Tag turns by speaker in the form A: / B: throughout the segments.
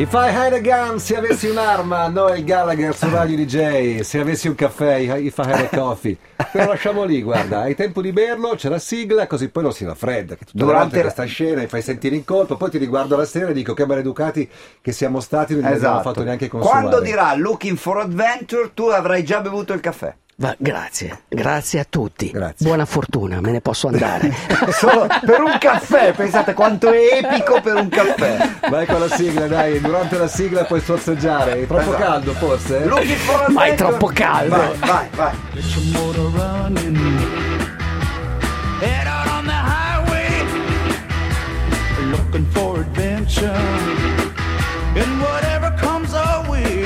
A: If I had a gun, se avessi un'arma, Noel Gallagher su Radio DJ, se avessi un caffè, if I had a coffee. Però lasciamo lì, guarda, hai tempo di berlo, c'è la sigla, così poi non si raffredda. Che tutte
B: Durante
A: Durante
B: la-
A: questa scena mi fai sentire in colpa, poi ti riguardo la sera e dico che maleducati che siamo stati, non abbiamo fatto neanche consumare.
B: Esatto. Quando dirà Looking for Adventure, tu avrai già bevuto il caffè.
C: Va- grazie, grazie a tutti.
A: Grazie.
C: Buona fortuna, me ne posso andare.
B: Solo per un caffè, pensate quanto è epico per un caffè.
A: Vai con la sigla, dai, durante la sigla puoi sorseggiare. È troppo
B: Esatto.
A: caldo forse?
B: Looking for Adventure.
C: Ma è troppo caldo.
B: Vai, vai, vai.
D: Get your motor running. Head out on the highway. Looking for adventure. And whatever comes our way.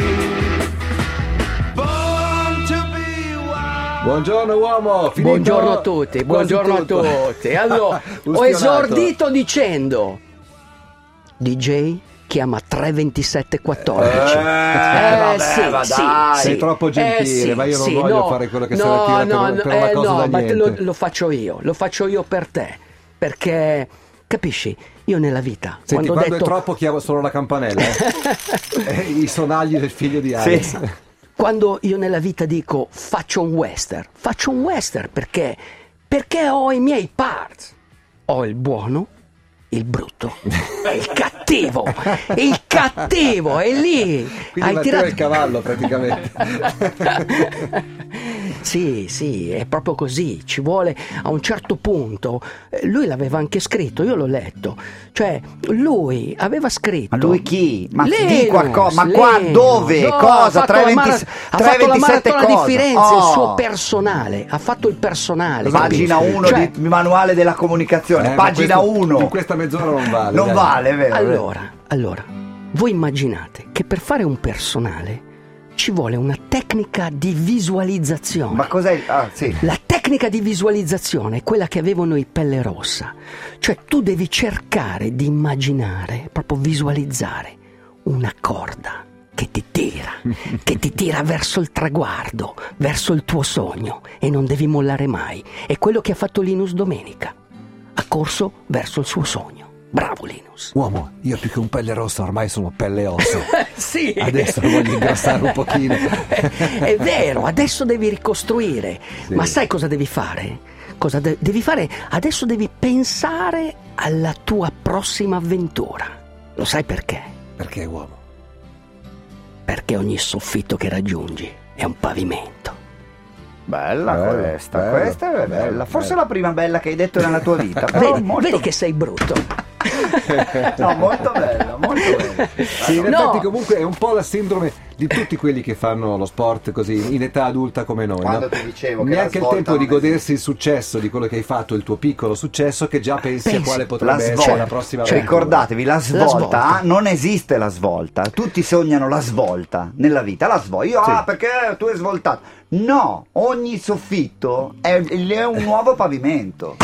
D: Born to be wild.
A: Buongiorno uomo, finito-
C: Buongiorno a tutti,
A: quasi
C: buongiorno a
A: tutto.
C: tutti. Allora, ho
A: Ustionato.
C: esordito dicendo DJ chiama 32714.
A: Eh,
B: vabbè, ma dai.
A: Sei troppo
C: Eh,
A: gentile, ma io non voglio fare quello che si era tirato per- per una cosa
C: no,
A: da
C: ma te lo,
A: niente.
C: lo faccio io, lo faccio io per te, perché capisci, io nella vita
A: Senti,
C: quando ho
A: quando,
C: detto
A: è troppo chiamo solo la campanella. eh. Eh, I sonagli del figlio di Alex.
C: Quando io nella vita dico faccio un western, faccio un western perché? Perché ho i miei parts. Ho il buono, il brutto, e il cattivo. Il cattivo è lì.
A: Quindi Matteo è il cavallo praticamente.
C: sì, sì, è proprio così. Ci vuole a un certo punto. eh, Lui l'aveva anche scritto, io l'ho letto. Cioè, lui aveva scritto.
B: Ma lui chi? Ma
C: Lennox,
B: di qualcosa, ma qua,
C: Lennox.
B: dove,
C: No,
B: cosa,
C: Ha fatto,
B: tra i
C: la, mara-
B: 20
C: ha
B: tra i
C: fatto la
B: 27
C: maratona
B: cosa?
C: di Firenze, il
B: Oh.
C: suo personale. Ha fatto il personale.
B: Pagina
C: capisci?
B: 1
C: Cioè,
B: di manuale della
A: Eh,
B: comunicazione,
A: ma
B: pagina
A: questo-
B: 1.
A: In questa mezz'ora non vale.
B: Non
A: dai.
B: vale, è vero. è vero.
C: Allora, allora, voi immaginate che per fare un personale ci vuole una tecnica di visualizzazione.
B: Ma cos'è? il- Ah, sì.
C: La tecnica di visualizzazione è quella che avevano i pelle rossa, cioè tu devi cercare di immaginare, proprio visualizzare una corda che ti tira, che ti tira verso il traguardo, verso il tuo sogno e non devi mollare mai. È quello che ha fatto Linus domenica. Ha corso verso il suo sogno. Bravo Linus.
A: Uomo, io più che un pelle rossa ormai sono pelle e osso.
C: Sì.
A: Adesso voglio ingrassare un pochino.
C: È vero, adesso devi ricostruire.
A: Sì.
C: Ma sai cosa devi fare? Cosa de- devi fare? Adesso devi pensare alla tua prossima avventura. Lo sai perché?
A: Perché uomo?
C: Perché ogni soffitto che raggiungi è un pavimento.
B: Bella
A: Bello,
B: questa,
A: Eh, bello,
B: questa è bella.
A: bello,
B: Forse
A: bello.
B: la prima bella che hai detto nella tua vita.
A: Ah,
B: Però
C: Vedi,
B: molto,
C: vedi che sei brutto.
B: no, molto bella, molto bella.
A: Sì, in
C: No.
A: effetti comunque è un po' la sindrome di tutti quelli che fanno lo sport così in età adulta come noi. no?
B: Quando ti dicevo che la
A: Neanche il
B: svolta
A: tempo
B: non
A: di
B: esiste.
A: godersi il successo di quello che hai fatto, il tuo piccolo successo, che già pensi a
C: Pensi,
A: quale
B: La
A: potrebbe essere la
B: svolta,
A: prossima
B: Cioè,
A: avventura.
B: ricordatevi, la svolta,
C: svolta.
B: ah, non esiste la svolta. Tutti sognano la svolta nella vita, la svolta. Io,
A: Sì.
B: ah, perché tu hai svoltato? No, ogni soffitto è, è un nuovo pavimento.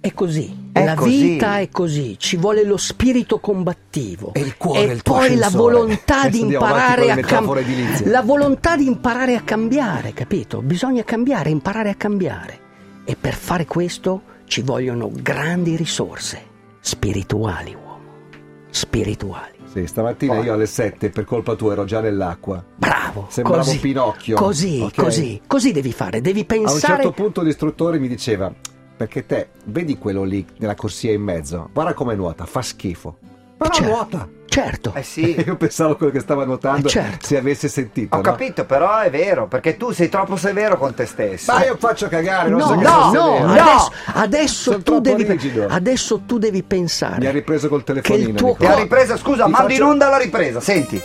C: È così.
B: È
C: la
B: così.
C: vita è così, ci vuole lo spirito combattivo
A: E il cuore,
C: e
A: il tuo
C: poi la
A: ascensore.
C: volontà
A: Adesso
C: di
A: andiamo avanti con
C: imparare
A: le
C: a
A: metafore edilizie.
C: cambiare. La volontà di imparare a cambiare, capito? Bisogna cambiare, imparare a cambiare. E per fare questo ci vogliono grandi risorse spirituali, uomo. Spirituali.
A: Sì, stamattina io alle 7 per colpa tua ero già nell'acqua.
C: Bravo.
A: Sembrava
C: così,
A: un Pinocchio.
C: Così,
A: ok?
C: così, così devi fare, devi
A: A un
C: pensare
A: certo punto l'istruttore mi diceva: Perché te vedi quello lì nella corsia in mezzo? Guarda come nuota, fa schifo. Però
C: Certo.
A: nuota.
C: Certo.
B: Eh sì.
A: Io pensavo quello che stava nuotando
C: Eh, certo.
A: se avesse sentito.
B: Ho
A: no?
B: capito, però è vero, perché tu sei troppo severo con te stesso.
A: Ma io faccio cagare, non
C: No,
A: so
C: no,
A: che
B: no,
A: sia vero.
B: no.
C: adesso, adesso
A: eh. Sono
C: tu
A: troppo
C: devi,
A: rigido.
C: adesso tu devi pensare.
A: Mi ha ripreso col
C: che
A: telefonino.
C: il tuo
B: Ti ha
A: Nicola.
C: corpo.
B: ripresa, scusa,
A: Ti
B: mandi
A: faccio-
B: in onda la ripresa, senti.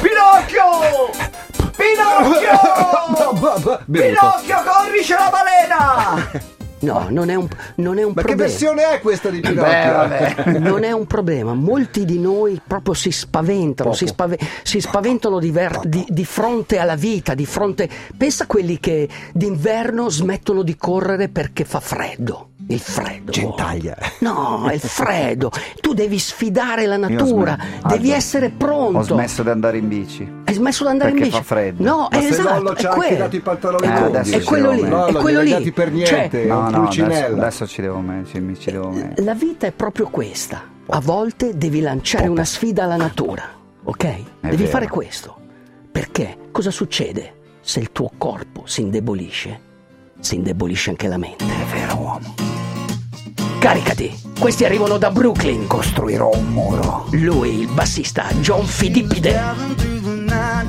B: Pinocchio! Pinocchio!
A: Bevuto.
B: Pinocchio, corrice la balena!
C: No, non è un, non è un
A: Ma che
C: problema. Eh,
A: versione è questa di Pinocchio?
B: Beh, vabbè.
C: Non è un problema, molti di noi proprio si spaventano, si, spave- si spaventano di, ver- di- di fronte alla vita, di fronte... Pensa a quelli che d'inverno smettono di correre perché fa freddo, il freddo.
A: Gentaglia.
C: No, è il freddo. Tu devi sfidare la natura,
B: smetto.
C: devi
B: Aldo,
C: essere
B: Ho
C: pronto.
B: smesso di andare in bici.
C: hai smesso di andare
B: Perché
C: in bici.
B: fa freddo.
C: No,
A: Ma
C: è
A: se
C: esatto,
A: Lollo ci
C: è
A: ha anche
C: quello.
A: dato i pantaloni
B: Eh,
A: lunghi.
B: adesso
C: è
B: ci
C: quello lì,
B: devo
A: Lollo,
C: è quello
A: glieli
C: lì.
A: ha dati per
C: Cioè,
A: niente, è Eh,
B: No,
A: un
B: no, adesso,
A: pulcinella.
B: adesso ci devo mettere, ci, mi- ci devo mettere.
C: la vita è proprio questa. A volte devi lanciare una sfida alla natura, ok? Devi
B: vero.
C: fare questo. Perché cosa succede? Se il tuo corpo si indebolisce, si indebolisce anche la mente.
B: È vero uomo,
C: Caricati! Questi arrivano da Brooklyn.
B: costruirò un muro.
C: Lui, il bassista John Filippide.
D: Driving through the night.